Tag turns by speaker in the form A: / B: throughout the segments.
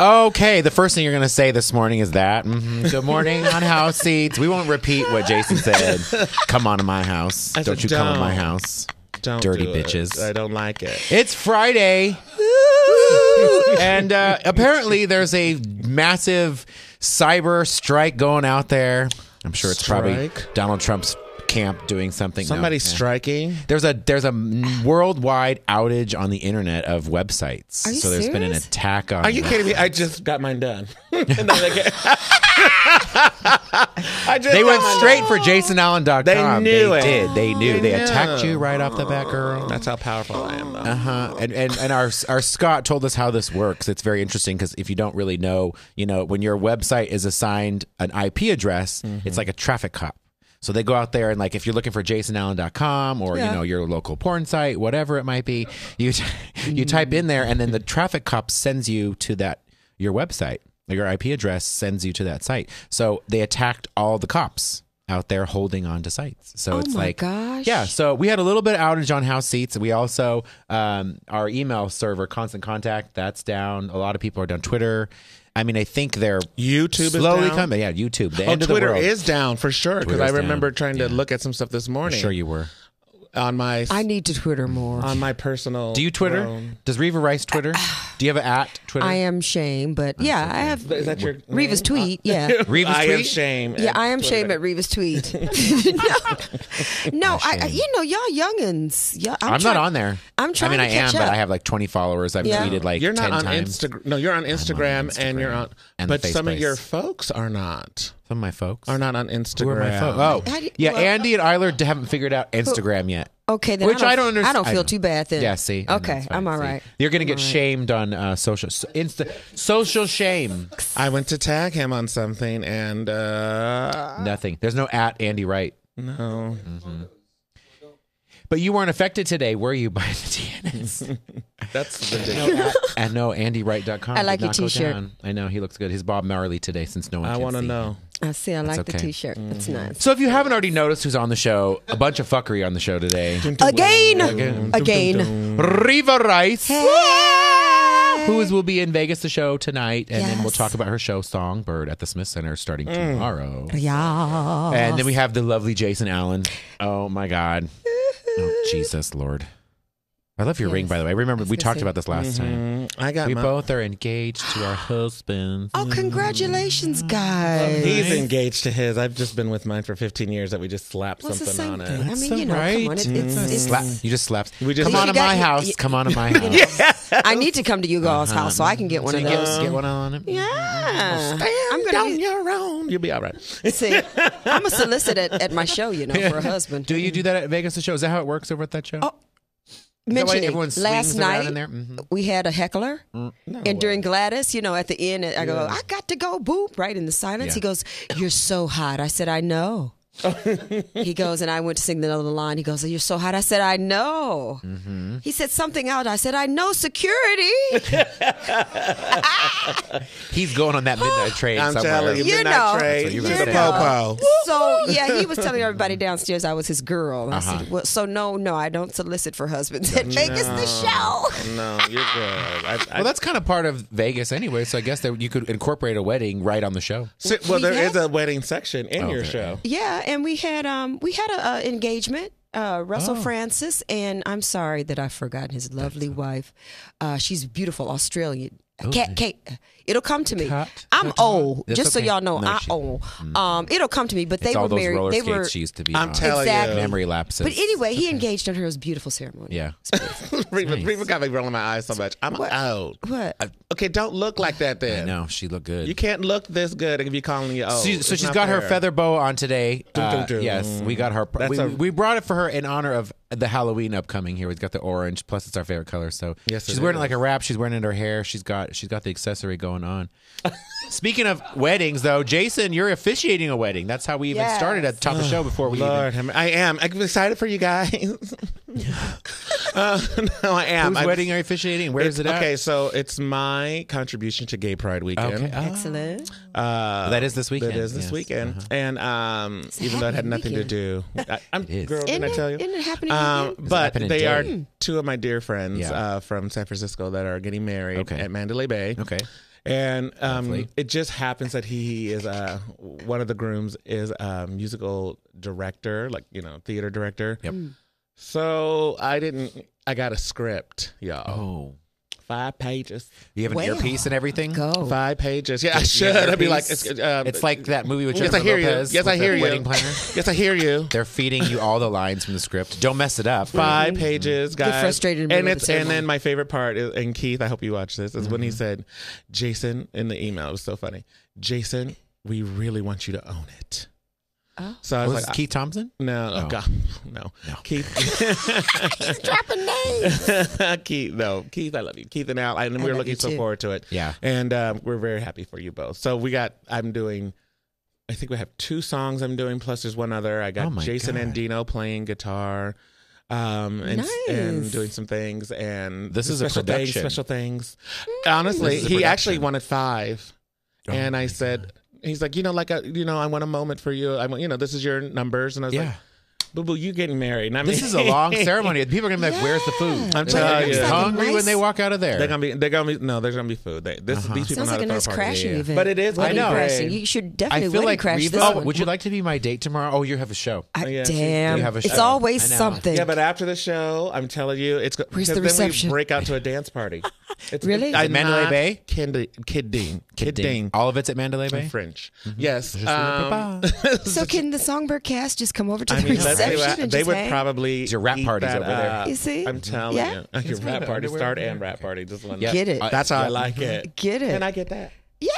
A: Okay, the first thing you're going to say this morning is that. hmm Good morning on house seats. We won't repeat what Jason said. Come on to my house.
B: I said,
A: Don't you come on my
B: "Don't."
A: house.
B: Don't
A: Dirty
B: do it.
A: bitches.
B: I don't like it.
A: It's Friday. and uh, apparently there's a massive cyber strike going out there. I'm sure it's probably
B: Strike?
A: Donald Trump's camp doing something. No,
B: Somebody's
A: yeah.
B: striking.
A: There's a there's a worldwide outage on the internet of websites.
C: you
A: so there's been an
C: serious?
A: attack on
B: Are you kidding me? I just got mine done. And then they get- I just
A: They
B: got
A: went
B: mine
A: straight
B: done.
A: for JasonAllen.com.
B: They knew
A: they
B: it.
A: did. They knew. They,
B: knew.
A: attacked you right off the bat, girl.
B: That's how powerful I am. Though.
A: Uh-huh. And, and and our our Scott told us how this works. It's very interesting because if you don't really know, you know, when your website is assigned an IP address,
B: Mm-hmm.
A: it's like a traffic cop. So they go out there and like if you're looking for jasonallen.com or you
C: Yeah.
A: know your local porn site, whatever it might be, you t- you type in there and then the traffic cop sends you to that your website. Your IP address sends you to that site. So they attacked all the cops out there holding on to sites. So
C: Oh
A: it's
C: my
A: like
C: gosh.
A: yeah, so we had a little bit of outage on house seats. We also um, our email server, Constant Contact, that's down. A lot of people are down. Twitter. I mean, I think they're
B: YouTube is
A: slowly
B: down?
A: coming. Yeah, YouTube. The
B: Oh,
A: end
B: Twitter
A: of the world.
B: is down for sure because I
A: Twitter's
B: remember
A: down.
B: trying to look at some stuff this morning
A: Sure, you were.
B: on my
C: I need to Twitter more.
B: on my personal.
A: Do you Twitter?
B: phone.
A: Does Reva Rice Twitter? Do you have an at Twitter?
C: I am shame, but yeah, I have
B: Is that your
A: uh,
C: Reva's
B: name?
C: tweet. Yeah.
A: Reva's
B: I am
A: tweet?
B: shame.
C: Yeah,
B: at
C: I am
B: Twitter.
C: shame at Reva's tweet. no, no I, I, you know, y'all youngins. Y'all, I'm,
A: I'm, not
C: try-
A: on there.
C: I'm trying
A: I mean,
C: to
A: I am,
C: catch
A: but
C: up.
A: I have like 20 followers. I've
C: Yeah.
A: tweeted like
B: You're not
A: 10
B: on
A: times.
B: Instagram. No, you're on Instagram, and you're on.
A: Instagram and
B: but
A: the
B: some of
A: Faceplace.
B: your folks are not.
A: Some of my folks
B: Are not on Instagram.
A: Who are my folks? Oh,
C: I- I-
A: yeah.
C: well-
A: Andy and Eiler haven't figured out Instagram yet.
C: Okay, then
A: Which
C: I
A: I
C: don't,
A: don't underst-
C: I don't
A: I
C: feel
A: don't-
C: too bad then.
A: Yeah, see. I know,
C: Okay,
A: it's fine.
C: I'm all
A: See?
C: right.
A: You're going to get shamed on uh, social so, insta, social shame.
B: I went to tag him on something, and uh,
A: Nothing. There's no at Andy Wright.
B: no,
A: Mm. But you weren't affected today, were you, by the TNS?
B: that's ridiculous.
A: and no, AndyWright.com.
C: I
A: did
C: like your
A: not go
C: t-shirt.
A: down. I know. He looks good. His Bob Marley today since no one
B: I
A: can
B: want to
A: see
B: know.
C: I see. I like the
A: okay. Mm-hmm.
C: T-shirt. It's nice.
A: So if you haven't already noticed who's on the show, a bunch of fuckery on the show today.
C: Again, again.
A: Riva Rice.
C: Hey.
A: Who is will be in Vegas the show tonight, and then we'll
C: Yes.
A: talk about her show Songbird at the Smith Center starting
B: Mm.
A: tomorrow.
C: Yeah.
A: And then we have the lovely Jason Allen. Oh my God. Oh Jesus Lord. I love your ring,
C: Yes.
A: by the way. I remember we
C: gonna
A: talked
C: say-
A: about this last time.
B: Mm, I got
A: We
B: my.
A: both are engaged to our husbands.
C: Oh,
A: Mm-hmm.
C: congratulations, guys.
B: He's engaged to his. I've just been with mine for 15 years. That we just slapped
C: What's the
B: something
C: same
B: on it.
C: thing? I
A: That's
C: mean, you know,
A: right.
C: come on, it, it's, it's,
A: Slap, you just slapped.
B: Mm. We just-
A: come on
C: You
A: to my
C: got-
A: house.
C: you-
A: come on to my house.
C: I need to come to you guys' house so I can get one
A: Uh-huh. So
C: of
A: you get,
C: those.
A: get one on it.
C: yeah, I'm
B: I'm
C: gonna
B: on your own. You'll be all right.
C: see. I'm a solicit at, at my show, you know, for a husband.
A: Do you do that at Vegas the show? Is that how it works over at that show? Oh,
C: mention
A: everyone
C: it.
A: swings
C: Last
A: around
C: night
A: in there? Mm. Oh, Mhm.
C: we had a heckler, and during Gladys, you know, at the end, I go, "I got to go, boop!" Right in the silence,
A: Yeah.
C: he goes, "You're so hot." I said, "I know." he goes, and I went to sing the other line. He goes, "You're so hot." I said, "I know."
A: Mm-hmm.
C: He said something out. I said, "I know security."
A: He's going on that midnight train
B: I'm
A: somewhere.
B: telling you,
C: You
B: midnight
C: know.
B: train
A: That's what you
B: to
A: were
B: the
A: saying.
B: popo.
C: so yeah, he was telling everybody downstairs I was his girl. And
A: Uh-huh.
C: I said, well, so no, no, I don't solicit for husbands at Vegas. The show.
B: No, you're good. I, I,
A: Well, that's kind of part of Vegas anyway, so I guess that you could incorporate a wedding right on the show.
B: So- well,
C: we
B: there is
C: had-
B: a wedding section in your
A: there
B: show.
C: Yeah, and we had um we had a, a engagement. Uh,
A: Oh.
C: Russell Francis and I'm sorry that I forgot his lovely wife. Uh, she's beautiful Australian. Kate, Kate, it'll come to me.
A: Cat,
C: I'm
A: cat,
C: old,
A: it's
C: just so
A: okay.
C: y'all know,
A: No,
C: I
A: she- Mm-hmm.
C: old. Um, it'll come to me. But
A: it's
C: they
A: all
C: were
A: those
C: married.
A: roller
C: They
A: skates
C: were.
A: she used to be
B: I'm
A: on.
B: telling
C: Exactly.
B: you.
A: Memory lapses.
C: But anyway, he engaged on her. It was a beautiful ceremony.
A: Yeah.
B: Reba, Reba got me rolling my eyes so much. I'm old.
C: What?
B: Okay, don't look like that then.
A: No, she looked good.
B: You can't look this good and be calling you old.
A: She- so
B: Oh, It's
A: she's
B: not
A: got her
B: fair.
A: feather boa on today. Uh,
B: dum.
A: yes, we got her.
B: That's
A: We,
B: a-
A: we brought it for her in honor of the Halloween upcoming. Here we've got the orange. Plus, it's our favorite color. So
B: Yes,
A: she's
B: it
A: wearing it
B: is.
A: like a wrap. She's wearing it in her hair. She's got she's got the accessory going on. Speaking of weddings, though, Jason, you're officiating a wedding. That's how we even
C: Yes.
A: started at the top of the show before we
B: Lord, I'm- I am. I'm excited for you guys. uh, no, I
A: even.
B: am.
A: Whose
B: I'm-
A: wedding are you officiating? Where is it at?
B: Okay, so it's my contribution to Gay Pride Weekend.
A: Okay. Ah.
C: Excellent.
B: Uh,
A: That is this weekend,
B: That is this
A: yes. Uh-huh.
B: weekend. And um,
C: a
B: even though it had
C: happening
B: nothing
C: weekend.
B: to do, I, I'm
A: It is.
B: girl. Didn't I
C: Isn't it-
B: tell you?
C: isn't it happening
B: Um,
C: weekend?
B: but
A: happening
B: they are
A: day.
B: two of my dear friends
A: Yeah.
B: uh, from San Francisco that are getting married
A: Okay.
B: at Mandalay Bay.
A: Okay.
B: and um,
A: Lovely.
B: it just happens that he is uh, one of the grooms is a musical director, like you know, theater director.
A: Yep.
C: Hmm.
B: So I didn't. I got a script, y'all.
A: Oh,
B: Five pages.
A: you have an
C: Well,
A: earpiece and everything.
C: Go.
B: Five pages. Yeah, I should. I'd be like, it's,
A: Earpiece?
B: um,
A: it's like that movie with
B: Yes, I
A: Jennifer
B: hear you.
A: Lopez.
B: Yes, I
A: with the
B: hear you.
A: Wedding planner.
B: yes, I hear you.
A: They're feeding you all the lines from the script. Don't mess it up.
B: five pages, guys.
C: Mm-hmm. frustrated in the
B: and
C: middle of
B: it's
C: the
B: and
C: ceremony.
B: then
C: Mm-hmm.
B: my favorite part is, and Keith, I hope you watch this, is when he said, "Jason" in the email. It was so funny. Jason, we really want you to own it.
C: Oh.
B: So I was,
A: Was it
B: like,
A: Keith Thompson?
B: I- no, oh, God, no,
A: No.
B: Keith,
C: Dropping names.
B: Keith, no, Keith, I love you, Keith and Al, and we
C: love
B: were
C: you
B: looking so
C: too.
B: forward to it.
A: Yeah.
B: and um, we're very happy for you both. So we got, I'm doing. I think we have two songs I'm doing, plus there's one other. I
A: Oh
B: got
A: my
B: Jason
A: God.
B: and Dino playing guitar, um, and,
C: Nice.
B: and doing some things. And
A: This is a
B: special things,
A: production.
B: special things. Honestly,
A: This is a
B: he actually
A: production.
B: wanted five,
A: Oh
B: and I
A: my
B: said, he's like, you know, like, a, you know, I want a moment for you. I want, you know, this is your numbers, and I was
A: Yeah.
B: like, boo boo, you getting married? And I
A: This
B: mean-
A: is a long ceremony. People are gonna be like, "Where's the food?"
B: I'm
A: They're gonna
B: telling
A: be
B: you.
A: hungry
C: Nice-
A: when they walk out of there.
B: They're gonna be, they're gonna be, no, there's gonna be food. They, this,
A: Uh-huh.
B: these people
C: Sounds
B: know
C: like a
B: how to
C: nice
B: throw parties.
C: crashing
A: yeah.
C: event.
B: But it is- I
C: Wedding
B: know.
C: crashing.
B: Great.
C: You should
A: I
C: definitely
A: feel
C: wedding
A: like
C: crash
A: Reva.
C: this
A: Oh,
C: one.
A: would you like to be my date tomorrow? Oh, you have a show.
C: I,
B: Yeah, she-
C: damn.
A: You have a
C: it's
A: show.
C: always
A: I know.
C: something.
B: Yeah, but after the show, I'm telling you, it's go-
C: Where's
B: 'cause
C: the
B: then
C: reception?
B: we break out to a dance party. It's,
C: Really?
B: I'm
A: Is it Mandalay
B: not
A: Bay?
B: Kidding, kidding, kidding.
A: All of it's at Mandalay Bay.
B: I'm French. Yes. Um,
A: Bye-bye.
C: so can the Songbird cast just come over to
B: I
C: the
B: mean, let's do
C: reception
B: that.
C: and
B: They
C: just
B: would
C: hang?
B: probably
A: Your rap
B: eat
A: parties
B: that
A: over there.
B: up.
C: You see? Mm-hmm.
B: I'm telling
C: Yeah.
B: you, your rap party start and rap party. This one.
A: Yeah.
C: Get it.
A: Uh,
B: That's how I
A: yeah.
B: like it.
C: Get it?
B: Can I get that?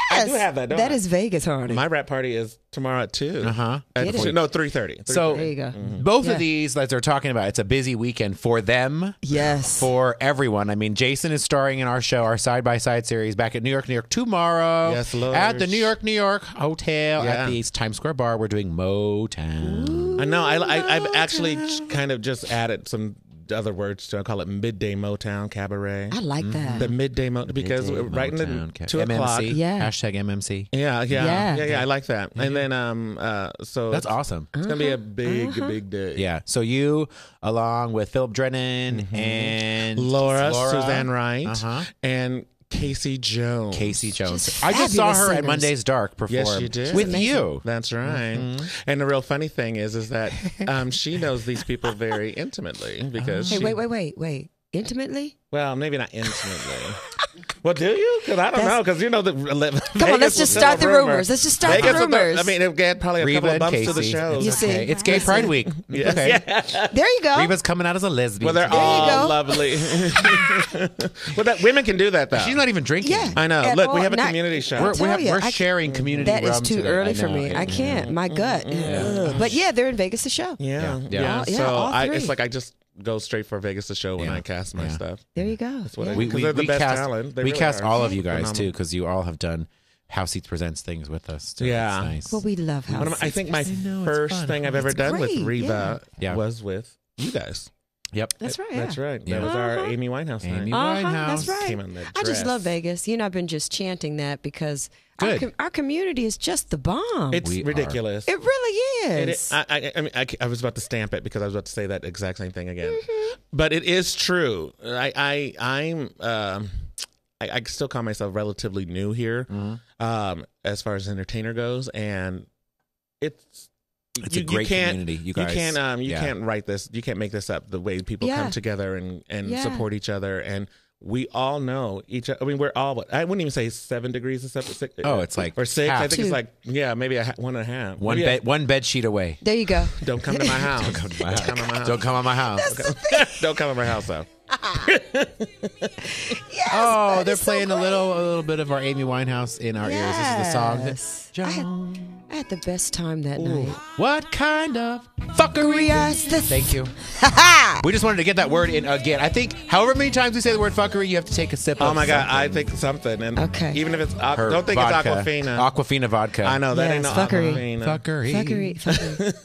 C: yes,
B: do have that, don't
C: that
B: I?
C: is Vegas, honey.
B: My rap party is tomorrow at two.
A: Uh-huh.
B: At
C: Get it.
B: two- no, three thirty.
A: So
C: There you go.
B: Mm-hmm.
A: both
C: Yeah.
A: of these that they're talking about, it's a busy weekend for them.
C: yes.
A: For everyone, I mean, Jason is starring in our show, our side by side series, back at New York, New York tomorrow.
B: Yes, Lord.
A: At the New York, New York Hotel
B: Yeah.
A: at the Times Square Bar, we're doing Motown.
B: I know. I, I I've actually kind of just added some other words to. I call it midday Motown cabaret.
C: I like that.
B: Mm-hmm. The midday mo because right in the
A: Motown,
B: two
A: MMC.
B: o'clock.
C: Yeah.
A: Hashtag MMC.
B: Yeah, yeah,
C: Yeah.
B: yeah, yeah, I like that. And then um uh so
A: That's
B: it's,
A: awesome.
B: it's gonna be a big big day.
A: Yeah. So you, along with Philip Drennan and
B: Mm-hmm. Laura,
A: Laura
B: Suzanne Wright,
A: Uh-huh.
B: and Casey Jones.
A: Casey Jones.
C: Just
A: I just saw her
C: fabulous
A: at
C: singers.
A: Monday's Dark perform.
B: Yes, you did.
A: With
B: She's
A: you. Mm-hmm.
B: That's right. And the real funny thing is, is that um, she knows these people very intimately because
C: hey,
B: she,
C: wait, wait, wait, wait. Intimately?
B: well, maybe not intimately. well, do you? Because I don't know. Because you know the come
C: Come on, let's just start the rumors. Let's just start the rumors.
B: I mean, they've got probably a
A: Reba
B: couple of
A: and
B: bumps
A: Casey.
B: to the show.
C: You
A: It's
C: see.
A: okay. It's Gay Pride Week. It's Okay.
C: there you go.
A: Reva's coming out as a lesbian.
B: Well, they're
A: today.
B: all
C: go.
B: lovely. well, that women can do that though.
A: She's not even drinking.
C: yeah.
B: I know.
C: At
B: Look, we
C: all.
B: have a
C: Not-
B: community show.
A: We're,
C: I'll
A: we
C: tell
A: have,
C: ya,
A: we're
C: I-
A: sharing community
C: That is
A: rum
C: too
A: today.
C: early for
A: know.
C: me. I can't. My gut. Ugh. But yeah, they're in Vegas to show.
B: Mm-hmm. yeah,
A: Yeah.
C: All- yeah,
B: so
C: all
B: I,
C: three.
B: it's like I just go straight for Vegas to show when
A: Yeah.
B: I cast my
A: Yeah.
B: stuff.
C: There you go.
B: what I-
C: Yeah.
A: We,
B: 'Cause
A: we,
B: they're the
A: we
B: best
A: cast,
B: talent. They
A: we
B: really
A: cast
B: are.
A: all of you guys
B: Phenomenal.
A: too, because you all have done House Seats Presents things with us. Too.
B: Yeah.
A: It's nice.
C: well, we love
B: One of my-
C: house.
B: I think my
A: know, it's
B: first
A: fun.
B: thing I've ever
C: It's
B: done with
C: great,
B: Reba
A: yeah. Yeah.
B: was with you guys.
A: yep.
C: That's right.
B: That's
C: yeah.
B: right.
A: Yeah.
B: That was our
C: Uh-huh.
B: Amy Winehouse
A: Amy
B: night.
C: Uh-huh,
A: Winehouse.
C: that's right.
B: Came in that
C: I just
B: dress.
C: love Vegas. You know, I've been just chanting that because our,
A: Good.
C: com- our community is just the bomb.
B: It's
A: We are.
B: ridiculous.
C: it really
B: It-
C: is.
B: I, I, I mean, I, I was about to stamp it because I was about to say that exact same thing again.
A: Mm-hmm.
B: But it is true. I, I I'm. Um, I, I still call myself relatively new here,
A: Mm-hmm.
B: um, as far as entertainer goes, and it's.
A: It's a great
B: can't-
A: community, you guys.
B: can't um you
A: Yeah.
B: can't write this you can't make this up the way people
C: Yeah.
B: come together and and
C: Yeah.
B: support each other and we all know each o- I mean we're all what I wouldn't even say seven degrees of separate six,
A: Oh, it's like
B: or six I
A: half.
B: think it's
C: Two.
B: like yeah maybe a ha- one and a half
A: One
B: Maybe a-
A: bed, one bed sheet away.
C: there you go.
B: don't come to my house. Don't come
A: My house.
B: to my house.
A: Don't come on my house.
B: Don't come to my house though.
A: Oh, they're playing a little, a little bit of our Amy Winehouse in our ears. This is the
C: Yes. I
A: song. That,
C: had, I had the best time that night.
A: what kind of fuckery?
C: Yes, the
A: Thank you. we just wanted to get that word in again. I think, however many times we say the word fuckery, you have to take a sip.
B: Oh
A: of
B: my god,
A: something.
B: I think something, and
C: Okay.
B: even if it's aqu-
A: Her
B: don't think
A: vodka.
B: it's Aquafina.
A: Aquafina vodka.
B: I know that
C: Yes,
B: ain't no
C: fuckery.
B: Aquafina.
C: E.
A: Fuckery.
C: fuckery.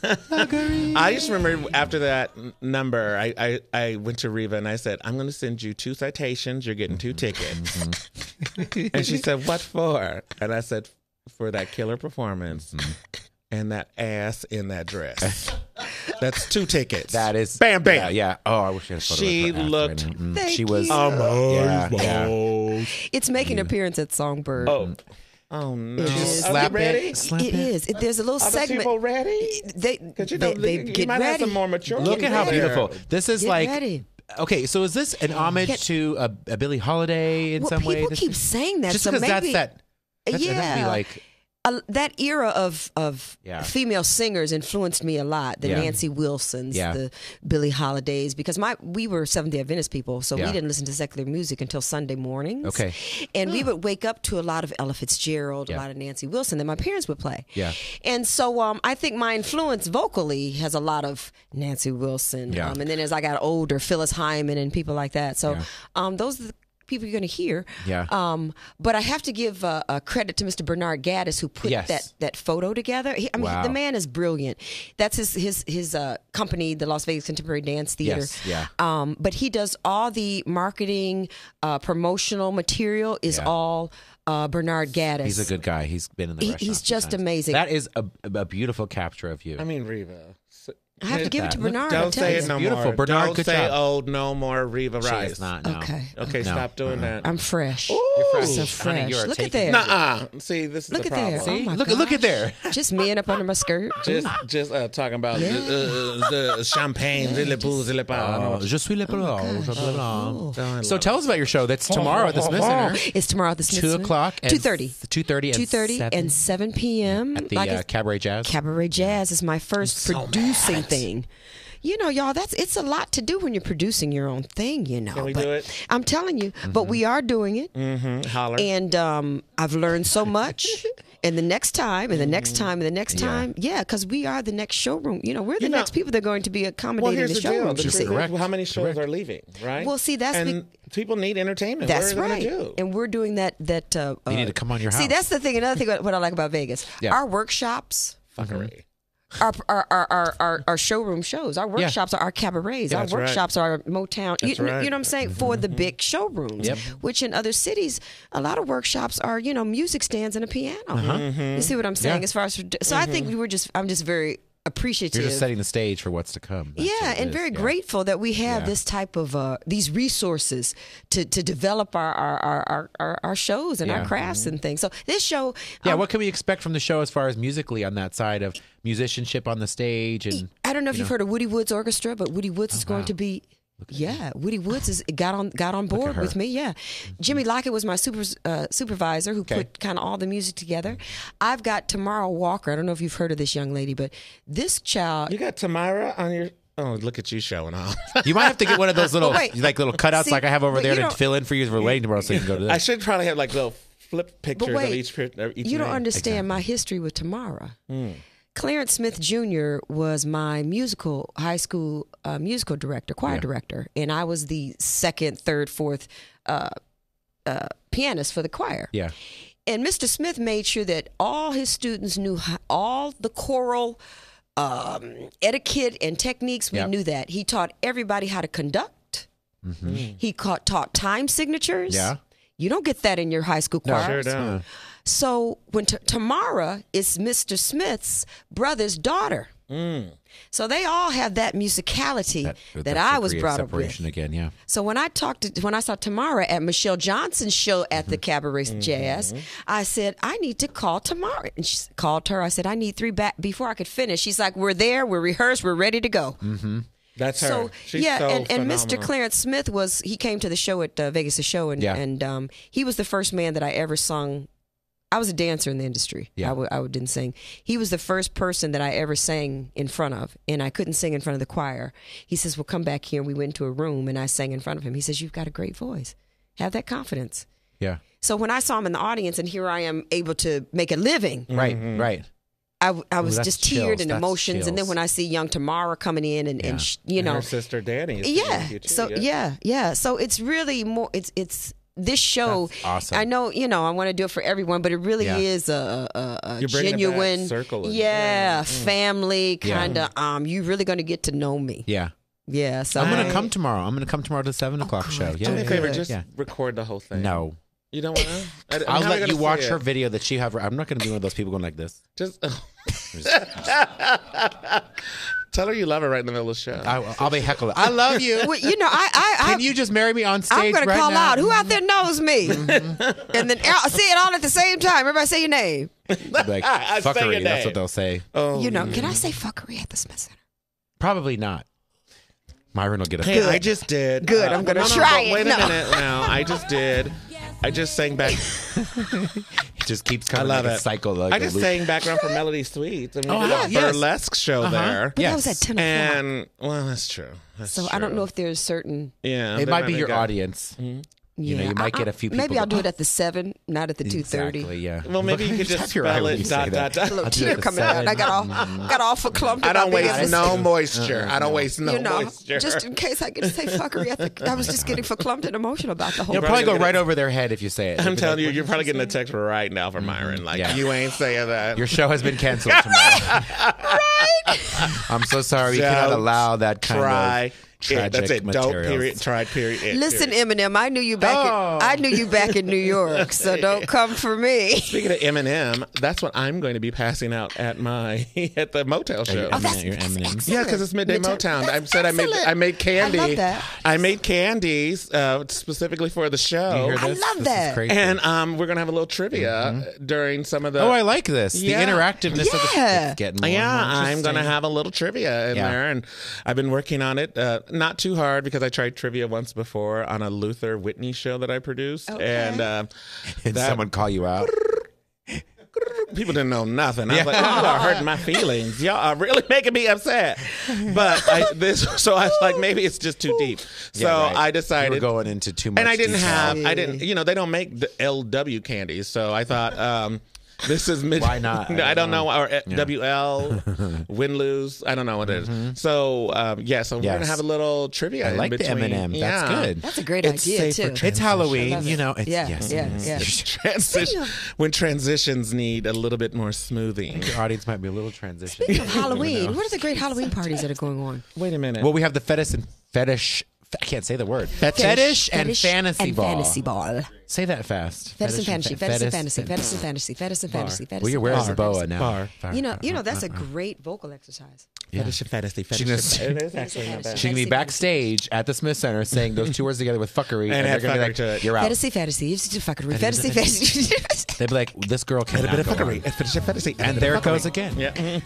C: fuckery.
A: Fuckery.
B: I just remember after that n- number, I, I, I went to Reva and I said, I'm going to send you two citations. You're getting two tickets.
C: Mm-hmm.
B: and she said, What for? And I said, Mm-hmm. For that killer performance and that ass in that dress. That's two tickets.
A: That is
B: bam bam.
A: Yeah, yeah. Oh, I wish I had a photo
B: She
A: of her after
B: looked- Oh,
A: and- mm,
C: Thank
A: she was.
C: you. Um,
A: Yeah, yeah.
C: It's making an appearance at Songbird.
B: Oh.
A: Mm.
B: Oh no!
C: Did you just
B: Are
A: slap
B: you ready?
A: it? Slap
C: it is. It, there's a little
B: Are the
C: segment.
B: people ready?
C: They,
B: Because you
C: they,
B: know,
C: they
B: you
C: get
B: might
C: ready.
B: have some more mature.
A: Look at
B: ones
A: how
B: there.
A: beautiful. This is
C: Get
A: like
C: ready.
A: okay. So is this an homage
C: Get-
A: to a, a Billie Holiday in
C: well,
A: some
C: people
A: way? This-
C: keep saying that,
A: just
C: so
A: because
C: maybe
A: that's that. That's,
C: yeah,
A: that'd be like
C: Uh, that era of of
A: Yeah.
C: female singers influenced me a lot. The
A: Yeah.
C: Nancy Wilsons,
A: Yeah.
C: the Billie Holidays, because my we were Seventh Day Adventist people, so
A: Yeah.
C: we didn't listen to secular music until Sunday mornings.
A: Okay.
C: and we would wake up to a lot of Ella Fitzgerald,
A: Yeah.
C: a lot of Nancy Wilson that my parents would play.
A: Yeah.
C: and so um, I think my influence vocally has a lot of Nancy Wilson.
A: Yeah.
C: Um, and then as I got older, Phyllis Hyman and people like that. So um, those are the people you're going to hear.
A: Yeah.
C: Um, but I have to give uh, uh, credit to Mr. Bernard Gaddis who put
A: Yes.
C: that that photo together. He, I mean,
A: Wow.
C: the man is brilliant. That's his his his uh, company, the Las Vegas Contemporary Dance Theater.
A: Yes, yeah.
C: Um, but he does all the marketing, uh, promotional material is
A: Yeah.
C: all uh, Bernard Gaddis.
A: he's a good guy. He's been in the.
C: He-
A: restaurant
C: he's
A: a few
C: just
A: times.
C: amazing.
A: That is a, a beautiful capture of you.
B: I mean, Reva. s-
C: I have to give it to
A: that.
C: Bernard. I'm
B: Don't
C: telling
B: say
C: you.
B: it no
A: Beautiful.
B: more.
A: Bernard,
B: Don't
A: good
B: say
A: job.
B: old no more Reva
A: she
B: Rice.
A: is not. No.
C: Okay.
B: Okay,
A: No, Mm-hmm.
B: stop doing that.
C: I'm fresh.
B: Ooh.
C: So
A: Honey,
C: fresh.
A: you are
C: Look at
A: taking-
C: there.
B: Nuh-uh. See, this is
C: Look
B: the
C: at there.
B: problem.
C: Oh my
A: Look, look at
C: gosh.
A: there.
C: Just men up under my skirt.
B: Just, just uh, talking about uh, uh, the champagne, the booze, the
A: Oh, je suis le blanc. je suis le blanc. So
B: So
A: tell us about your show. That's tomorrow at the Smith Center.
C: It's tomorrow at the
A: Two
C: Smithsonian.
A: o'clock.
C: Two thirty.
A: Two thirty.
C: Two thirty and seven p.m.
A: at the
C: Like
A: uh,
C: it's-
A: Cabaret Jazz.
C: Cabaret Jazz is my first producing thing. You know, y'all, that's it's a lot to do when you're producing your own thing. You know,
B: Can we
C: but
B: do it? Mm.
C: I'm telling you, but
A: Mm-hmm.
C: we are doing it,
B: Mm-hmm. holler.
C: and um, I've learned so much. and the next time, and the next
A: Mm-hmm.
C: time, and the next time, yeah, because we are the next showroom. You know, we're the
B: know-
C: next people that are going to be
B: well,
C: accommodating
B: here's
C: the,
B: the deal.
C: showrooms.
B: The
C: you see.
B: truth
A: Correct.
B: is How many shows are leaving? Right.
C: Well, see, that's
B: and people need entertainment.
C: That's
B: what are
C: right.
B: they gonna do?
C: And we're doing that. That uh,
A: You need
C: uh,
A: to come on your
C: See,
A: house.
C: that's the thing. Another thing, what what I like about Vegas,
A: Yeah.
C: our workshops.
B: Fuckery.
C: our our, our, our, our, our showroom shows, our workshops are our cabarets, our
B: that's right.
C: workshops are our Motown. You,
B: That's right.
C: you know what I'm saying? For the big showrooms,
A: Yep.
C: which in other cities, a lot of workshops are you know music stands and a piano. Mm-hmm. You see what I'm saying?
A: Uh-huh. Yeah. Mm-hmm.
C: As far as so, I think we were just I'm just very appreciative.
A: You're just setting the stage for what's to come. That's
C: yeah,
A: what it
C: and
A: is.
C: very
A: Yeah.
C: grateful that we have
A: Yeah.
C: this type of uh, these resources to to develop our our, our, our- our, our shows and
A: Yeah. Mm-hmm.
C: our crafts and things. So this show,
A: Yeah,
C: um,
A: what can we expect from the show as far as musically on that side of musicianship on the stage and
C: I don't know if you've heard of Woody Woods Orchestra, but Woody Woods
B: Oh,
C: is going to be. Yeah, Woody Woods is got on got on board with me. Yeah,
B: Mm-hmm.
C: Jimmy Lockett was my super, uh, supervisor who put kind of all the music together. I've got Tamara Walker. I don't know if you've heard of this young lady, but this child.
B: You got Tamara on your. Oh, look at you showing off.
A: you might have to get one of those little
C: wait.
A: like little cutouts
C: See,
A: like I have over
C: but
A: there
C: you
A: to
C: don't-
A: fill in for you for wedding tomorrow so you can go to
B: I
A: this.
B: should probably have like little flip pictures of
C: wait,
B: each. per- Of each
C: You don't
B: name. Hmm.
C: understand my history with Tamara. Clarence Smith Jr. was my musical high school uh, musical director, choir director, and I was the second, third, fourth uh, uh, pianist for the choir.
A: yeah.
C: and Mr. Smith made sure that all his students knew ho- all the choral um, etiquette and techniques. We
A: Yep.
C: knew that. He taught everybody how to conduct. He caught, taught time signatures.
A: Mm-hmm. Yeah.
C: You don't get that in your high school
B: Sure
C: choir.
B: don't.
C: So when t- Tamara is Mr. Smith's brother's daughter.
B: Mm.
C: So they all have that musicality that,
A: that's
C: I
A: the
C: was
A: creative
C: brought up with.
A: separation again, yeah.
C: So when I talked to when I saw Tamara at Michelle Johnson's show at the Cabaret Jazz, I said I need to call Tamara, and she s- called her. I said I need three back before I could finish. She's like, "We're there, we're rehearsed, we're ready to go."
B: That's her.
C: So
B: She's
C: yeah,
B: so
C: and, and Mr.
B: phenomenal.
C: Clarence Smith was he came to the show at uh, Vegas' show, and
A: Yeah.
C: and um, he was the first man that I ever sung. I was a dancer in the industry. I w- I w- didn't sing. He was the first person that I ever sang in front of, and I couldn't sing in front of the choir. He says, "Well, come back here." And we went into a room, and I sang in front of him. He says, "You've got a great voice. Have that confidence."
A: Yeah.
C: So when I saw him in the audience, and here I am able to make a living,
B: Mm-hmm.
A: Right, right.
C: I, w- I was
A: that's
C: just teared
A: chills.
C: and
A: That's
C: emotions. And then
A: chills.
C: when I see young Tamara coming in, and,
A: Yeah.
C: and sh- you
B: And
C: know,
B: her sister Danny. Is
C: yeah
B: you too,
C: so yeah. yeah so it's really more it's it's this show
A: That's awesome.
C: i know you know i want to do it for everyone but it really
A: Yeah.
C: is a, a, a
B: You're bringing it back,
C: genuine
B: circle it.
C: yeah family
A: Mm, Yeah.
C: kind of um you really going to get to know me
A: Yeah.
C: yeah so Oh,
A: I'm gonna
B: I-
A: come tomorrow. I'm gonna come tomorrow to the seven o'clock show. Yeah.
B: Do me a
A: yeah,
B: favor,
A: yeah,
B: just
A: yeah.
B: record the whole thing.
A: No.
B: you don't want to.
A: I'll let you watch her video that she have. I'm not gonna be one of those people going like this.
B: Just. Tell her you love her right in the middle of the show.
A: I, will be heckled. I love you.
C: Well, you know, I, I, I
A: Can you just marry me on stage
C: I'm gonna
A: right
C: call
A: now? Mm-hmm.
C: out. Who out there knows me? and then i say it all at the same time. Everybody say your name.
A: Like,
B: I say your
A: fuckery. That's
B: name.
A: what they'll say.
B: Oh,
C: you know, can
A: Mm-hmm.
C: I say fuckery at the Smith Center?
A: Probably not. Myron will get a.
B: Hey, I just did. Uh,
C: Good, I'm gonna
B: no, no,
C: try
B: but
C: it.
B: Wait
C: No.
B: a minute now. I just did. I just sang back.
A: It just keeps
B: I
A: coming
B: love
A: like
B: it.
A: a cycle. Like
B: I
A: a
B: just
A: loop.
B: sang background for Melody Sweet. I mean,
A: Oh,
B: we did a
A: yeah, yes. Uh-huh.
B: burlesque show there.
C: But that was at
A: Yes.
C: 10 o'clock.
B: And well, that's true. That's
C: so I don't
B: true.
C: know if there's certain.
B: yeah,
A: It
B: they
A: might be
B: make
A: your
B: a-
A: audience.
B: Hmm?
C: Yeah,
A: know, you might
C: I-
A: get
C: I-
A: a few
C: Maybe
A: people
C: I'll
A: that-
C: do it at the seven, not at the two thirty.
A: Exactly. Yeah.
B: Well, maybe you could just
A: Have your
B: spell
A: eye
B: it
A: when you
B: dot,
A: say that.
B: dot, dot.
C: Little
A: I'll do it
C: tear
A: at the
C: coming out.
A: seven.
C: I got all got all clumped.
B: I don't
C: about being
B: waste
C: honest.
B: no moisture. I
A: Uh-uh.
B: don't waste no
C: you know,
B: moisture.
C: just in case I could say fuckery. I, think I was just getting verklempt and emotional about the whole.
A: You'll
B: We're
A: probably go
B: probably gonna-
A: right over their head if you say it.
B: I'm telling you, you're probably getting a text right now from Myron. Like
A: Mm-hmm. Yeah.
B: you ain't saying that.
A: Your show has been canceled tomorrow. I'm so sorry. We cannot
B: Don't
A: allow that kind
B: try.
A: of
B: it.
A: tragic
B: That's it.
A: material.
B: Don't period. Try period. it,
C: Listen,
B: period.
C: Eminem, I knew you back.
A: Oh.
C: In, I knew you back in New York, so don't come for me.
B: Speaking of Eminem, that's what I'm going to be passing out at my at the motel
A: Eminem?
B: show.
C: Oh, that's,
A: You're
C: that's
A: Eminem.
C: excellent.
B: Yeah, because it's midday Motown. I
C: That's
B: said I made
C: excellent.
B: I made candy.
C: I love that.
B: I made candies uh, specifically for the
A: You
B: show,
A: hear
C: I
A: this?
C: love
A: This is
C: that.
A: crazy.
B: and um, we're gonna have a little trivia during some of the.
A: Mm-hmm. oh, I like this. The
B: Yeah.
A: interactiveness of the
C: Yeah.
A: it's getting more and
B: yeah,
A: more
B: I'm gonna
A: interesting.
B: have a little trivia in
A: Yeah.
B: there, and I've been working on it. Uh, not too hard because I tried trivia once before on a Luther Whitney show that I produced,
C: Okay.
B: and uh,
A: And
B: that-
A: someone call you out.
B: people didn't know nothing. I was like, y'all are hurting my feelings. Y'all are really making me upset. But I, this, so I was like, maybe it's just too deep. So
A: Yeah, right.
B: I
A: You were
B: decided.
A: going into too much.
B: and I didn't
A: detail.
B: have, I didn't, you know, they don't make the LW candies, so I thought, um, this is mid-
A: Why not?
B: I don't know, or uh, WL win lose. I don't know what it is. So um, yeah, so we're gonna
A: Yes.
B: have a little trivia.
A: I like
B: in
A: the
B: between.
A: M&M. That's
B: Yeah.
A: good.
C: That's a great
B: It's
C: idea
B: safe for
C: too.
B: tra-
A: It's Halloween,
C: Love it.
A: you know. It's,
C: Yeah,
A: yes,
C: yeah,
A: yes.
C: yeah.
B: Transition when transitions need a little bit more smoothing.
A: Your audience might be a little transition.
C: Speaking of Halloween, what are the great Halloween parties that are going on?
B: Wait a minute.
A: Well, we have the fetish and fetish. I can't say the word. Fetish, and fantasy
C: and
A: ball.
C: Fantasy ball.
A: Say that fast.
C: Fetish and fantasy.
A: fa-
C: Fetish and fantasy. Fetish and fantasy. Fetish and fantasy. Fetish
A: Well, you're
C: and
A: wearing Uh-huh.
C: fantasy,
A: the boa
C: fantasy.
A: now.
B: Bar.
C: You know, you know that's a great vocal exercise.
A: Yeah.
B: Fetish and
A: She
B: fantasy. Fetish
A: gonna
B: and
A: say-
B: fantasy. It is actually not bad.
A: She can be backstage at the Smith Center saying those two words together with fuckery, and,
B: add
A: they're gonna
B: fuckery
A: be
B: to
A: like,
B: it.
A: "You're out."
C: Fantasy, fantasy. You just do fuckery.
A: And it's
C: Fantasy,
A: a-
C: fantasy.
A: They'd be like, "This girl cannot
B: A bit of
A: go on."
B: fuckery. A Fetish and fantasy.
A: And there it goes again.
B: Yeah.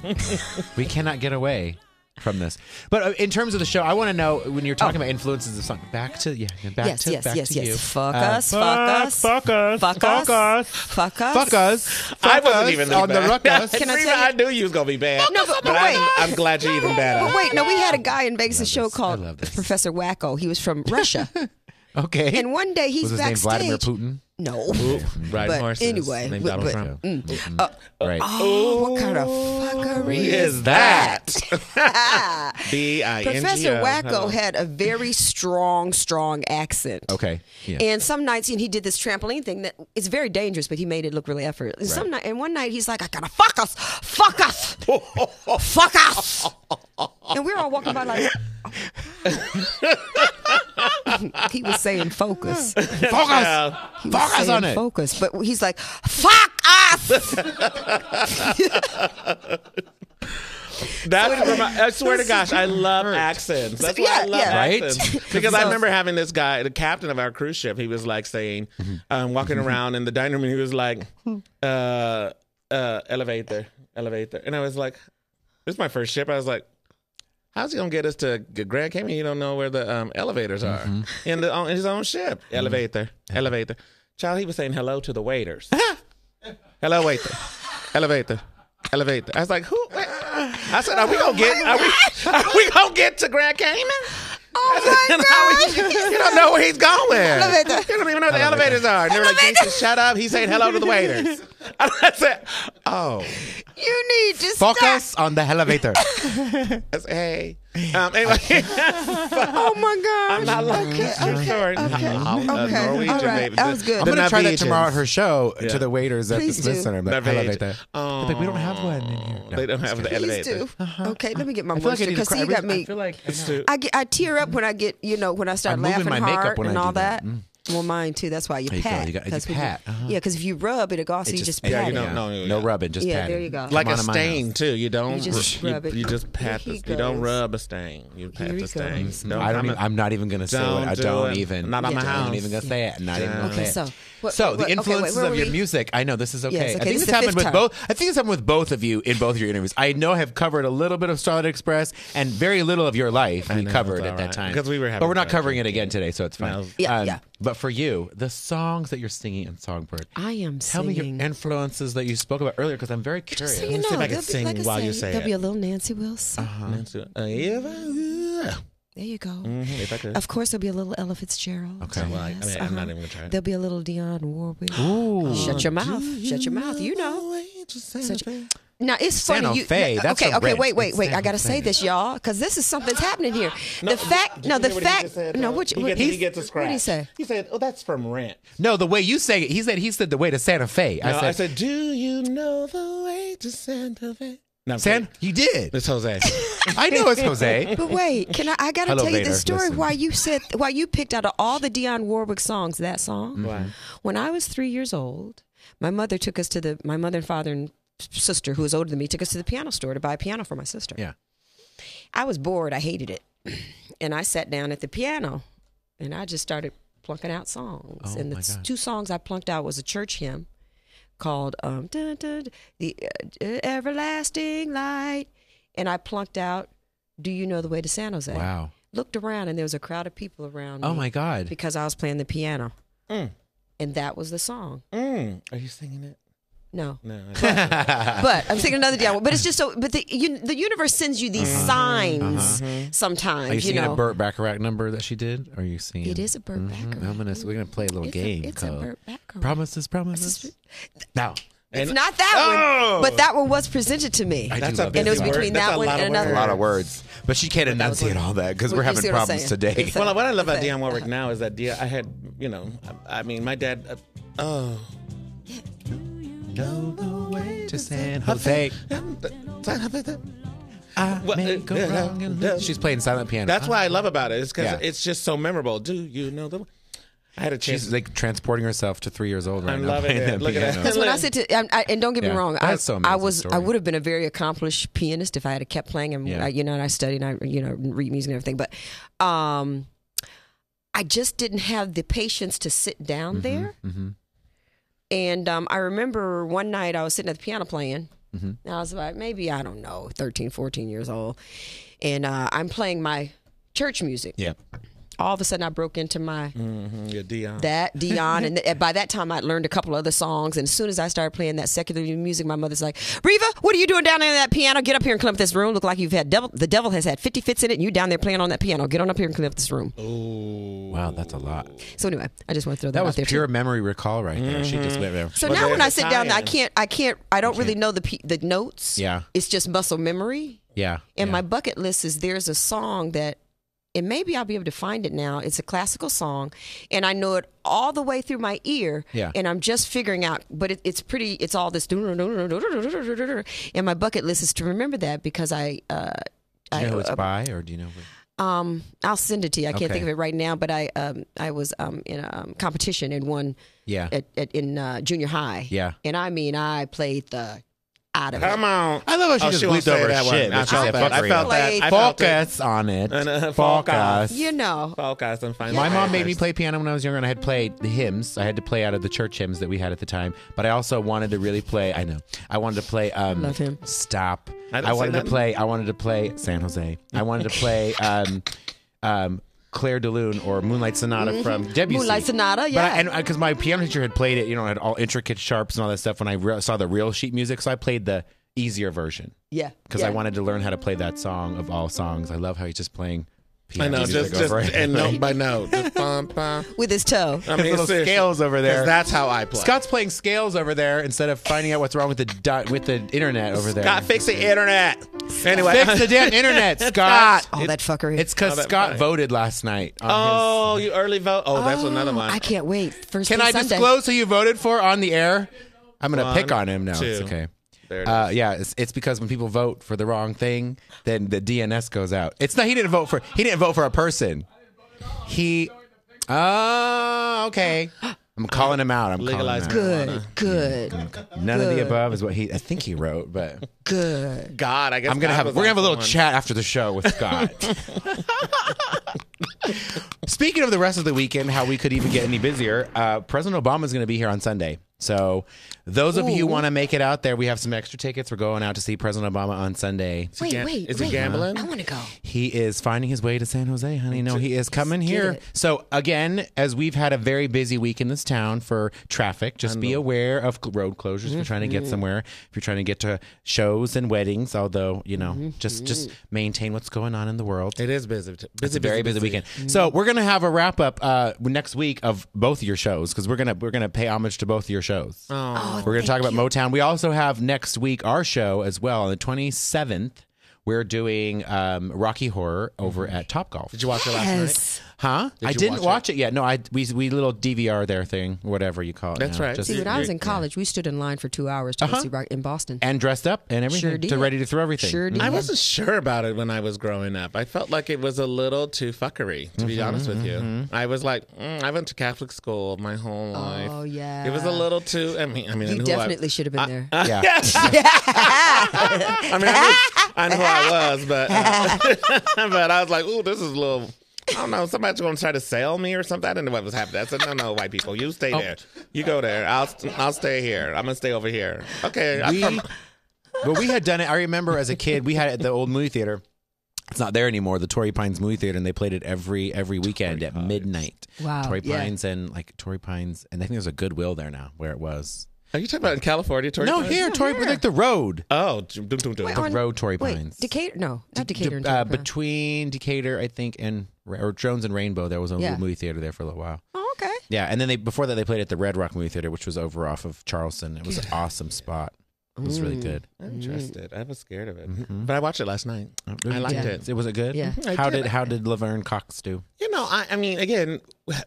A: We cannot get away from this. But uh, in terms of the show, I want to know when you're talking about influences of song. Back to yeah, back
C: Oh. Yes,
A: to
C: yes,
A: back
C: yes,
A: to
C: yes.
A: you.
C: Fuck
A: Uh,
C: us, fuck us,
A: fuck us,
C: fuck us, fuck us,
A: fuck us.
B: I
A: fuck us
B: wasn't even
A: on the
B: bad.
A: ruckus.
C: Can I
B: Rita,
C: tell you-
B: I knew you was gonna be bad.
C: No, but- but
B: I'm,
C: wait.
B: I'm glad you're even better.
C: But wait, no, we had a guy in Vegas' show
A: this. I
C: called
A: love this.
C: Professor Wacko. He was from Russia,
A: Okay.
C: and one day
A: was
C: he's
A: his name
C: backstage.
A: Vladimir Putin?
C: No,
B: Riding
C: but
B: horses.
C: anyway,
B: Named
C: but-
B: Donald
C: but-
B: Trump.
A: right.
C: Oh, what kind of fuckery
B: Uh, is
C: is
B: that?
C: that?
B: B I N G O. uh,
C: Professor
B: Hello.
C: Wacko had a very strong, strong accent.
A: Okay. Yeah.
C: And some nights, and he did this trampoline thing that it's very dangerous, but he made it look really effortless. And Some night, and one night, he's like, "I gotta fuck us, fuck us, fuck us," and we were all walking by like. he was saying focus.
A: Focus.
C: He was
A: Focus
C: saying
A: on it.
C: Focus, but he's like, "Fuck us."
B: That would remind, I swear to gosh, I love accents. That's why I
C: Yeah,
B: love
C: yeah.
A: Right?
B: accents. Because I remember having this guy, the captain of our cruise ship, he was like saying, um, walking around in the dining room, and he was like, uh, uh, elevator, elevator. And I was like, this is my first ship. I was like, How's he gonna get us to G- Grand Cayman? You don't know where the um, elevators are in the on his own ship. Elevator, elevator. Child, he was saying hello to the waiters. hello, waiter. Elevator, elevator. I was like, who? I said, are we gonna get? Are we? Are we gonna get to Grand Cayman?
C: Oh my
B: How
C: God.
B: you don't know where he's going.
C: Elevator.
B: You don't even know where the elevators are. And they were like,
C: Elevator.
B: Jason, shut up. He said hello to the waiters. I said, oh.
C: You need to stop.
A: Focus on the elevator.
B: I said, hey. Um, anyway.
C: Oh my God.
B: I'm not like okay,
C: okay, okay, okay.
B: Norwegian
C: All right,
B: baby.
C: that was good.
A: I'm
B: The
A: going to try that
B: Norwegians.
A: tomorrow at her show
B: Yeah.
A: to the waiters at
C: Please
A: the Smith
C: do.
A: Center. I'm like,
B: Norwegian.
A: elevator.
B: Oh.
A: Like, we don't have one in here. No,
B: They don't have the
C: Please
B: elevator.
C: do. Okay, let me get my
A: Uh-huh. I feel like I need
C: moisture
A: to
C: because
A: cry.
C: see, you got
A: I
C: me.
A: feel like
B: It's too-
C: I get, I tear up when I get, you know, when I start
A: I'm moving
C: laughing
A: my makeup
C: hard
A: when I
C: and
A: do
C: all
A: that.
C: that.
A: Mm.
C: Well, mine too. That's why you
A: There you go.
C: pat.
A: You got- you
C: 'cause when
A: pat. Uh-huh.
C: Yeah, because if you rub, it'll go off. So
A: It
C: you just,
B: yeah, you
C: pat
B: know-
C: it.
B: no, no,
A: no
B: yeah.
A: rubbing, just
C: Yeah,
A: patting.
C: there you go.
B: like
A: Come
B: a
A: on to my
B: stain
A: house.
B: too. You don't
C: You just
B: you,
C: rub it.
B: you just pat.
C: Here
B: The,
C: he
B: you don't
C: goes.
B: rub a stain. You pat
C: Here he
B: the stain.
C: goes.
A: I don't.
B: I'm
A: Even,
B: a-
A: I'm not even gonna say
B: Don't
A: it. I
B: do
A: don't
B: it.
A: even.
B: Not on my
A: I'm
B: house.
A: not even gonna say it. Not even. Gonna
C: Okay,
A: say it.
C: so what-
A: so
C: what-
A: the
C: okay, wait,
A: influences
C: where
A: of
C: were
A: your
C: we?
A: music. I know this is okay.
C: okay,
A: I think
C: this
A: this,
C: is the
A: happened with
C: fifth time.
A: both. I think this happened with both of you in both of your interviews. I know I have covered a little bit of Starlight Express and very little of your life we
B: know,
A: covered
B: it's
A: at
B: all
A: that
B: right.
A: time
B: Because we were
A: but
B: having
A: we're not
B: fun,
A: covering it
B: too.
A: again today, so it's fine. Um,
B: No.
C: Yeah, yeah.
A: But for you, the songs that you're singing in Songbird.
C: I am
A: Tell me your
C: singing.
A: influences that you spoke about earlier, because I'm very curious.
C: Just so you know,
B: see if I can
C: there'll be-
B: sing
C: like
B: while
C: say,
B: you say
C: there'll
B: it.
C: be a little Nancy Wilson.
A: Uh-huh.
B: Let's do it. Uh, if I-
C: There you go.
B: Mhm, if I could.
C: Of course, there'll be a little Ella Fitzgerald.
A: Mm-hmm.
C: Uh-huh.
A: Okay. Well,
B: I- I mean, I'm not even gonna try it.
C: There'll be a little Dionne Warwick.
A: Ooh.
C: Shut your mouth. Shut your mouth. You know. Now it's
A: Santa
C: funny. You,
A: Fe,
C: no,
A: that's
C: okay,
A: a
C: okay,
A: red.
C: wait, wait,
A: It's
C: wait. I
A: Santa
C: gotta say
A: Fe.
C: this, y'all, because this is something's happening here. the fact, no, the fact, no. Which
B: he
C: what-
B: gets, he gets a scratch.
C: What did he say?
B: He said, "Oh, that's from Rent."
A: No, the way you say it, he said he said the way to Santa Fe.
B: No, I, said, "Do you know the way to Santa Fe?" No, I'm
A: San,
B: kidding.
A: you did.
B: It's Jose.
A: I know it's Jose.
C: But wait, can I? I gotta
A: Hello,
C: tell you
A: Vader.
C: this story.
A: Listen.
C: Why you said? Why you picked out of all the Dionne Warwick songs that song?
A: Mm-hmm.
C: When I was three years old, my mother took us to the. My mother and father and sister, who was older than me, took us to the piano store to buy a piano for my sister.
A: Yeah.
C: I was bored. I hated it, and I sat down at the piano, and I just started plunking out songs.
A: Oh,
C: and the
A: my
C: s-
A: God.
C: two songs I plunked out was a church hymn called um, dun, dun, "The uh, Everlasting Light," and I plunked out "Do You Know the Way to San Jose."
A: Wow.
C: Looked around, and there was a crowd of people around.
A: Oh
C: me
A: my God.
C: Because I was playing the piano,
B: Mm.
C: and that was the song.
B: Mm. Are you singing it?
C: No.
B: No. I-
C: But I'm thinking another down. But it's just so. But the you, the universe sends you these
A: Mm-hmm.
C: signs
A: Uh-huh.
C: sometimes.
A: Are you seeing
C: know,
A: a Burt Bacharach number that she did? Are you seeing?
C: It is a Burt Bacharach.
A: I'm gonna, so we're gonna play a little
C: It's a-
A: game
C: it's a
A: called
C: Burt Bacharach.
A: Promises, Promises. Now,
C: It's
B: And-
C: not that
B: Oh!
C: one, but that one was presented to me.
A: I
B: That's
A: do
B: a
A: love
B: busy
A: that
C: And it was
A: song.
B: word.
C: between
B: That's
C: that
B: a
C: one
B: lot of
C: and
B: words.
C: another
A: a lot of words, but she can't enunciate all that because
C: Well,
A: we're
C: you
A: having
C: see what I'm
A: problems
C: saying.
A: today.
C: It's a-
B: Well, what I love about Dionne Warwick now is that Dia, I had, you know, I, I mean, my dad. Uh, oh,
A: Know the way to San Jose. I
B: Well,
A: may
B: uh,
A: go
B: yeah,
A: wrong and
B: that-
A: lose. She's playing silent piano.
B: that's what I love about it. It's because
A: Yeah.
B: it's just so memorable. Do you know the? I had a chance.
A: She's like transporting herself to three years old right
B: I'm
A: now.
B: loving
A: playing
B: it.
A: that
B: Look at
A: piano.
B: that.
C: Because when I said to, I, I, and don't get
A: Yeah.
C: me wrong, I,
A: That's so
C: I
A: amazing
C: was
A: story.
C: I would have been a very accomplished pianist if I had kept playing and
A: Yeah.
C: I, you know, and I studied and I you know read music and everything, but um, I just didn't have the patience to sit
A: Mm-hmm,
C: down there. And um, I remember one night I was sitting at the piano playing.
A: Mm-hmm.
C: And I was about maybe I don't know 13, 14 years old, and uh, I'm playing my church music.
A: Yeah. Mm-hmm.
C: All of a sudden, I broke into my
B: Mhm, yeah, Dionne.
C: that Dion, and th- by that time I'd learned a couple other songs. And as soon as I started playing that secular music, my mother's like, "Reva, what are you doing down there on that piano? Get up here and clean up this room. Look like you've had devil. The devil has had fifty fits in it, and you down there playing on that piano. Get on up here and clean up this room."
A: Wow, that's a lot.
C: So anyway, I just want to throw that,
A: Oh. That
C: out
A: was
C: there.
A: pure
C: Too.
A: memory recall right there. She just went there.
C: So
B: Well,
C: now
B: there's
C: when I
B: the
C: sit down, there, I
B: tie-in.
C: can't, I can't, I don't really know the pe- the notes.
A: Yeah.
C: it's just muscle memory.
A: Yeah.
C: And
A: yeah.
C: my bucket list is there's a song that, and maybe I'll be able to find it now. It's a classical song, and I know it all the way through my ear.
A: Yeah.
C: And I'm just figuring out, but it, it's pretty. It's all this. And my bucket list is to remember that because I. Uh,
A: Do you know who it's
C: I,
A: by, or do you know? Who?
C: um, I'll send it to you. I can't
A: Okay.
C: think of it right now, but I um, I was um, in a um, competition and won
A: Yeah.
C: at, at, in uh, junior high.
A: Yeah.
C: and I mean I played the out of it.
B: Come on.
A: I love how she
B: Oh,
A: just
B: won't
A: leaped
B: say
A: over
B: that
A: shit,
B: one. I
A: but she said,
B: felt that.
A: "Fuck
B: I
A: you."
B: felt that. I felt it.
A: Focus on it.
B: And, uh,
A: Focus.
B: focus.
C: You know,
B: Focus and find
A: My
B: the
A: mom made me
B: answers.
A: play piano when I was younger, and I had played the hymns. I had to play out of the church hymns that we had at the time. But I also wanted to really play. I know. I wanted to play. Um,
C: Love him.
A: Stop.
B: I
A: I,
B: didn't say
A: wanted to
B: nothing.
A: play. I wanted to play San Jose. I wanted to play. Um, um, Claire de Lune or Moonlight Sonata from Debussy.
C: Mm-hmm. Moonlight Sonata,
A: But
C: yeah.
A: I, and because my piano teacher had played it, you know, had all intricate sharps and all that stuff. When I re- saw the real sheet music, so I played the easier version
C: yeah,
A: because I
C: yeah.
A: wanted to learn how to play that song of all songs. I love how he's just playing
B: I
A: piano
B: know,
A: music
B: just, just
A: over it.
B: and note by note. Just bum, bum.
C: with his toe.
B: I
A: His little
B: seriously.
A: scales over
B: 'Cause
A: there.
B: That's how I play.
A: Scott's playing scales over there instead of finding out what's wrong with the di- with the internet over there.
B: Scott, fix the internet. Anyway,
A: Fix the damn internet, Scott.
C: All that fuckery.
A: It's because
B: Oh, that-
A: Scott voted last night. On
B: oh, you early vote. Oh, that's another one.
C: I can't wait.
A: his.
C: First
A: can
C: thing
A: I
C: Sunday.
A: disclose who you voted for on the air? I'm gonna
B: One,
A: pick on him now. It's
B: two.
A: okay.
B: There it
A: Uh, yeah, it's, it's because when people vote for the wrong thing, then the DNS goes out. It's not he didn't vote for he didn't vote for a person. He Oh, okay. I'm calling him out. I'm
B: Legalize
A: calling him
C: Good, good,
A: out. None of the above is what he. I think he wrote, but
C: good.
B: God, I guess
A: I'm gonna
B: God
A: have. We're
B: was
A: gonna have a
B: onto
A: little
B: one.
A: chat after the show with Scott. Speaking of the rest of the weekend, how we could even get any busier. Uh, President Obama is going to be here on Sunday, so those of you who want to make it out there, we have some extra tickets. We're going out to see President Obama on Sunday.
B: Is he
C: Wait,
B: gam-
C: wait,
B: is
C: wait.
B: he gambling?
C: I want to go.
A: He is finding his way to San Jose, honey. No, he is coming here.
C: it.
A: So again, as we've had a very busy week in this town for traffic, just be aware of cl- road closures if you're trying to get somewhere. If you're trying to get to shows and weddings, although you know, just just maintain what's going on in the world.
B: It is busy. Busy,
A: It's a very busy, weekend. So we're gonna have a wrap up uh, next week of both of your shows because we're gonna we're gonna pay homage to both of your shows.
C: Oh,
A: We're going to talk about Motown. We also have next week our show as well on the 27th. We're doing um, Rocky Horror over at Top Golf.
B: Mm-hmm. Did you watch it last night?
C: yes.
A: Huh? I
B: you
A: didn't
B: watch
A: watch it? yet. No, I we we little DVR there thing, whatever you call it.
B: That's
A: now.
B: right.
A: Just-
C: See, when I was
B: You're-
C: in college, we stood in line for two hours to go see Rock in Boston.
A: Uh-huh. and dressed up and everything
C: Sure
A: to
C: did.
A: ready to throw everything. Mm-hmm.
C: Sure did.
B: I wasn't sure about it when I was growing up. I felt like it was a little too fuckery, to be honest with you. I was like, mm, I went to Catholic school my whole life.
C: Mm-hmm, Oh, yeah.
B: It was a little too. I mean, I mean, and
C: You
B: who
C: definitely should have been there.
A: Yeah.
B: I, I mean, I knew, I knew who I was, but uh, but I was like, ooh, this is a little. I don't know. Somebody's going to try to sell me or something. I didn't know what was happening. I said, no, no, white people, you
C: Oh.
B: stay there. You go there. I'll I'll stay here. I'm gonna stay over here. Okay. I'm
A: We,
B: from-
A: but we had done it. I remember as a kid, we had it at the old movie theater. It's not there anymore. The Torrey Pines movie theater, and they played it every every weekend at midnight.
C: Wow,
A: Torrey
C: yeah.
A: Pines and like Torrey Pines, and I think there's a Goodwill there now where it was.
B: Are you talking about in California? Tori
A: No,
B: Pines?
A: here Torrey, like the road,
B: Oh, dum, dum, dum, dum.
C: Wait, on-
A: road Torrey
C: Wait,
A: Pines.
C: Decatur? No, not Decatur. and
A: Uh,
C: Torrey Pines.
A: between Decatur, I think, and or Jones and Rainbow, there was a
C: Yeah.
A: little movie theater there for a little while.
C: oh, okay.
A: Yeah, and then they before that they played at the Red Rock movie theater, which was over off of Charleston. It was an awesome spot. It was really good.
B: I'm interested. I was scared of it,
A: Mm-hmm.
B: but I watched it last night.
A: Oh.
B: I liked
C: Yeah.
B: it.
A: It was it good?
C: Yeah.
B: I
A: How
B: did.
A: did how did Laverne Cox do?
B: You know, I, I mean, again,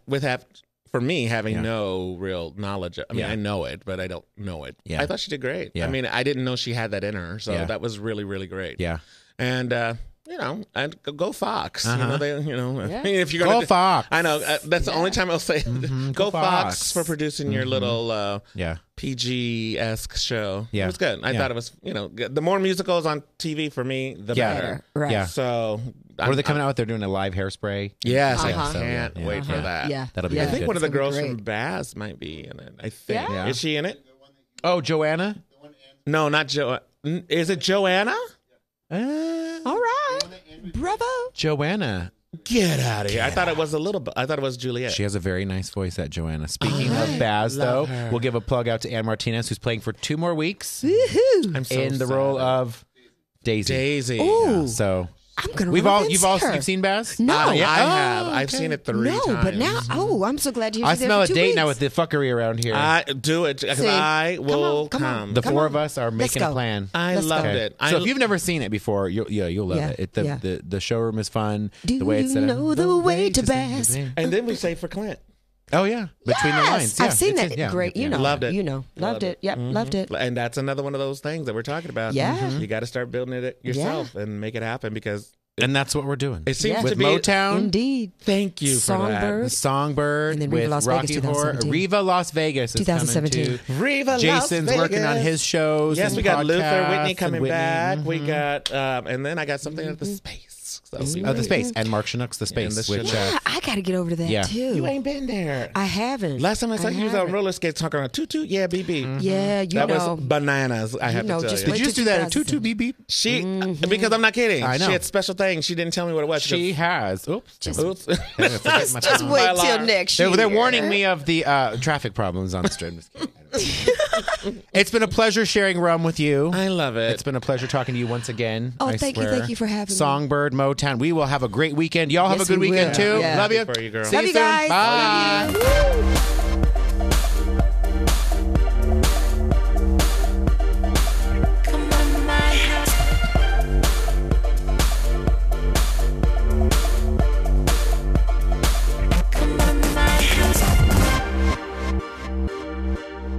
B: with have for me having
A: Yeah.
B: no real knowledge. I mean,
A: Yeah.
B: I know it, but I don't know it.
A: Yeah.
B: I thought she did great.
A: Yeah.
B: I mean, I didn't know she had that in her, so
A: Yeah.
B: that was really, really great.
A: Yeah.
B: and uh, you know, and go- go Fox. You
A: Uh-huh.
B: know, they, you know, I
C: Yeah.
B: mean, if you're
A: Go
B: gonna,
A: Fox. Mm-hmm.
B: I know uh, that's the only time I'll say go,
A: go
B: Fox.
A: Fox. Mm-hmm.
B: for producing your little. Uh,
A: Yeah.
B: PG esque show.
A: Yeah.
B: it was good. I
A: Yeah.
B: thought it was you know good. the more musicals on TV for me the
A: Yeah.
B: better.
C: Right.
A: Yeah.
B: So
A: What are they coming out with? They're doing a live hairspray.
B: Yes,
C: Uh-huh.
B: I can't
A: Yeah.
B: wait
A: Uh-huh.
B: for that.
C: Yeah,
A: That'll be
C: yeah.
B: I think
A: Good.
B: one of the
C: It's gonna be
B: girls from
C: great.
B: Bass might be in it. I think
A: Yeah.
B: is she in it?
A: Oh, Joanna.
B: No, not Jo. n- Is it Joanna?
A: Uh,
C: All right, bravo.
A: Joanna.
B: Get out of here! I thought it was a little. bu- I thought it was Juliet.
A: She has a very nice voice, that Joanna. Speaking of Baz, though, we'll give a plug out to Ann Martinez, who's playing for two more weeks
B: I'm so
A: in the
B: sad.
A: role of Daisy.
B: Daisy.
C: Ooh,
A: So
C: I'm gonna.
A: we've all
C: romance
A: you've all
C: her.
A: you've seen Baz.
C: No,
B: I, I
A: yeah.
B: have.
A: Oh,
B: I've
A: okay.
B: seen it three
C: no,
B: times.
C: but now, oh, I'm so glad you.
A: I smell a
C: for two
A: date
C: weeks.
A: now with the fuckery around here.
B: I do it because
C: See?
B: I
C: Come on,
B: will
C: come
B: come.
C: on.
A: the
C: come
A: four
C: on.
A: of us are
C: Let's
A: making a
C: go.
A: plan.
B: I
C: Let's go.
B: loved
A: Okay.
B: it. I,
A: so if you've never seen it before, you'll yeah, you'll love
C: Yeah,
A: it. it the,
C: yeah.
A: the the showroom is fun.
C: Do
A: the way it's
C: you
A: set up.
C: know the way to Baz?
B: and then we say for Clint.
A: Oh yeah, between the
C: Yes,
A: lines. Yeah,
C: I've seen
A: it's-
C: that.
A: yeah,
C: Great, you
A: yeah.
C: know,
B: Loved it.
C: You know, loved
B: Loved
C: it. Yep, loved it.
B: And that's another one of those things that we're talking about. Mm-hmm.
C: Yeah. Mhm.
B: You got to start building it yourself and make it happen because
A: And that's what we're doing.
B: it seems
C: Yeah.
B: to
A: with
B: be
A: Motown,
C: Indeed.
B: Thank you
C: Songbird.
A: the Songbird,
C: And then Riva
A: with
C: Las Vegas,
A: Rocky Horror,
C: 2017.
A: Riva Las Vegas, is coming
C: 2017.
A: too.
B: for that. Riva
A: Jason's
B: Las
A: working on
B: Vegas.
A: his shows.
B: Yes,
A: and
B: we got Luther
A: podcasts
B: Whitney
A: and
B: coming
A: Whitney.
B: back. We
A: Mhm.
B: got, um, and then I got something at the space. So we-
A: oh, the space and Mark Chinook's the
B: and
A: space,
B: the
A: which
B: Chinook.
A: uh,
C: Yeah, I got to get over to that
A: Yeah.
C: too.
B: You ain't been there.
C: I Mm-hmm. haven't.
B: Last time I saw you, you was on
C: haven't.
B: roller skates talking around toot toot. Yeah, BB.
C: Yeah, you
B: That
C: know.
B: was bananas. I have
C: know,
B: to tell
C: just
B: you.
A: did you
C: Wait till
A: just do that? Two two
C: 2007.
A: beep beep.
B: She because I'm not kidding.
A: I know.
B: She had special things. She didn't tell me what it was.
A: She has. Oops.
B: goes, Oops.
A: Forget my
C: just
A: phone.
C: wait
B: My
C: till
B: alarm.
C: next year.
A: They're, they're warning me of the uh, traffic problems on the street. I'm just kidding. I don't know. it's been a pleasure sharing rum with you.
B: I love it.
A: It's been a pleasure talking to you once again.
C: Oh,
A: I
C: thank you,
A: swear.
C: thank you for having me.
A: Songbird, Motown. We will have a great weekend. Y'all have
C: Yes,
A: a good
C: we will.
A: weekend too.
C: Yeah.
A: Love you.
B: For you, girl.
A: See
C: Love you
A: soon.
C: guys.
A: Bye.
C: Love you. Woo.
D: Come on, my house. Come on, my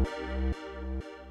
D: house.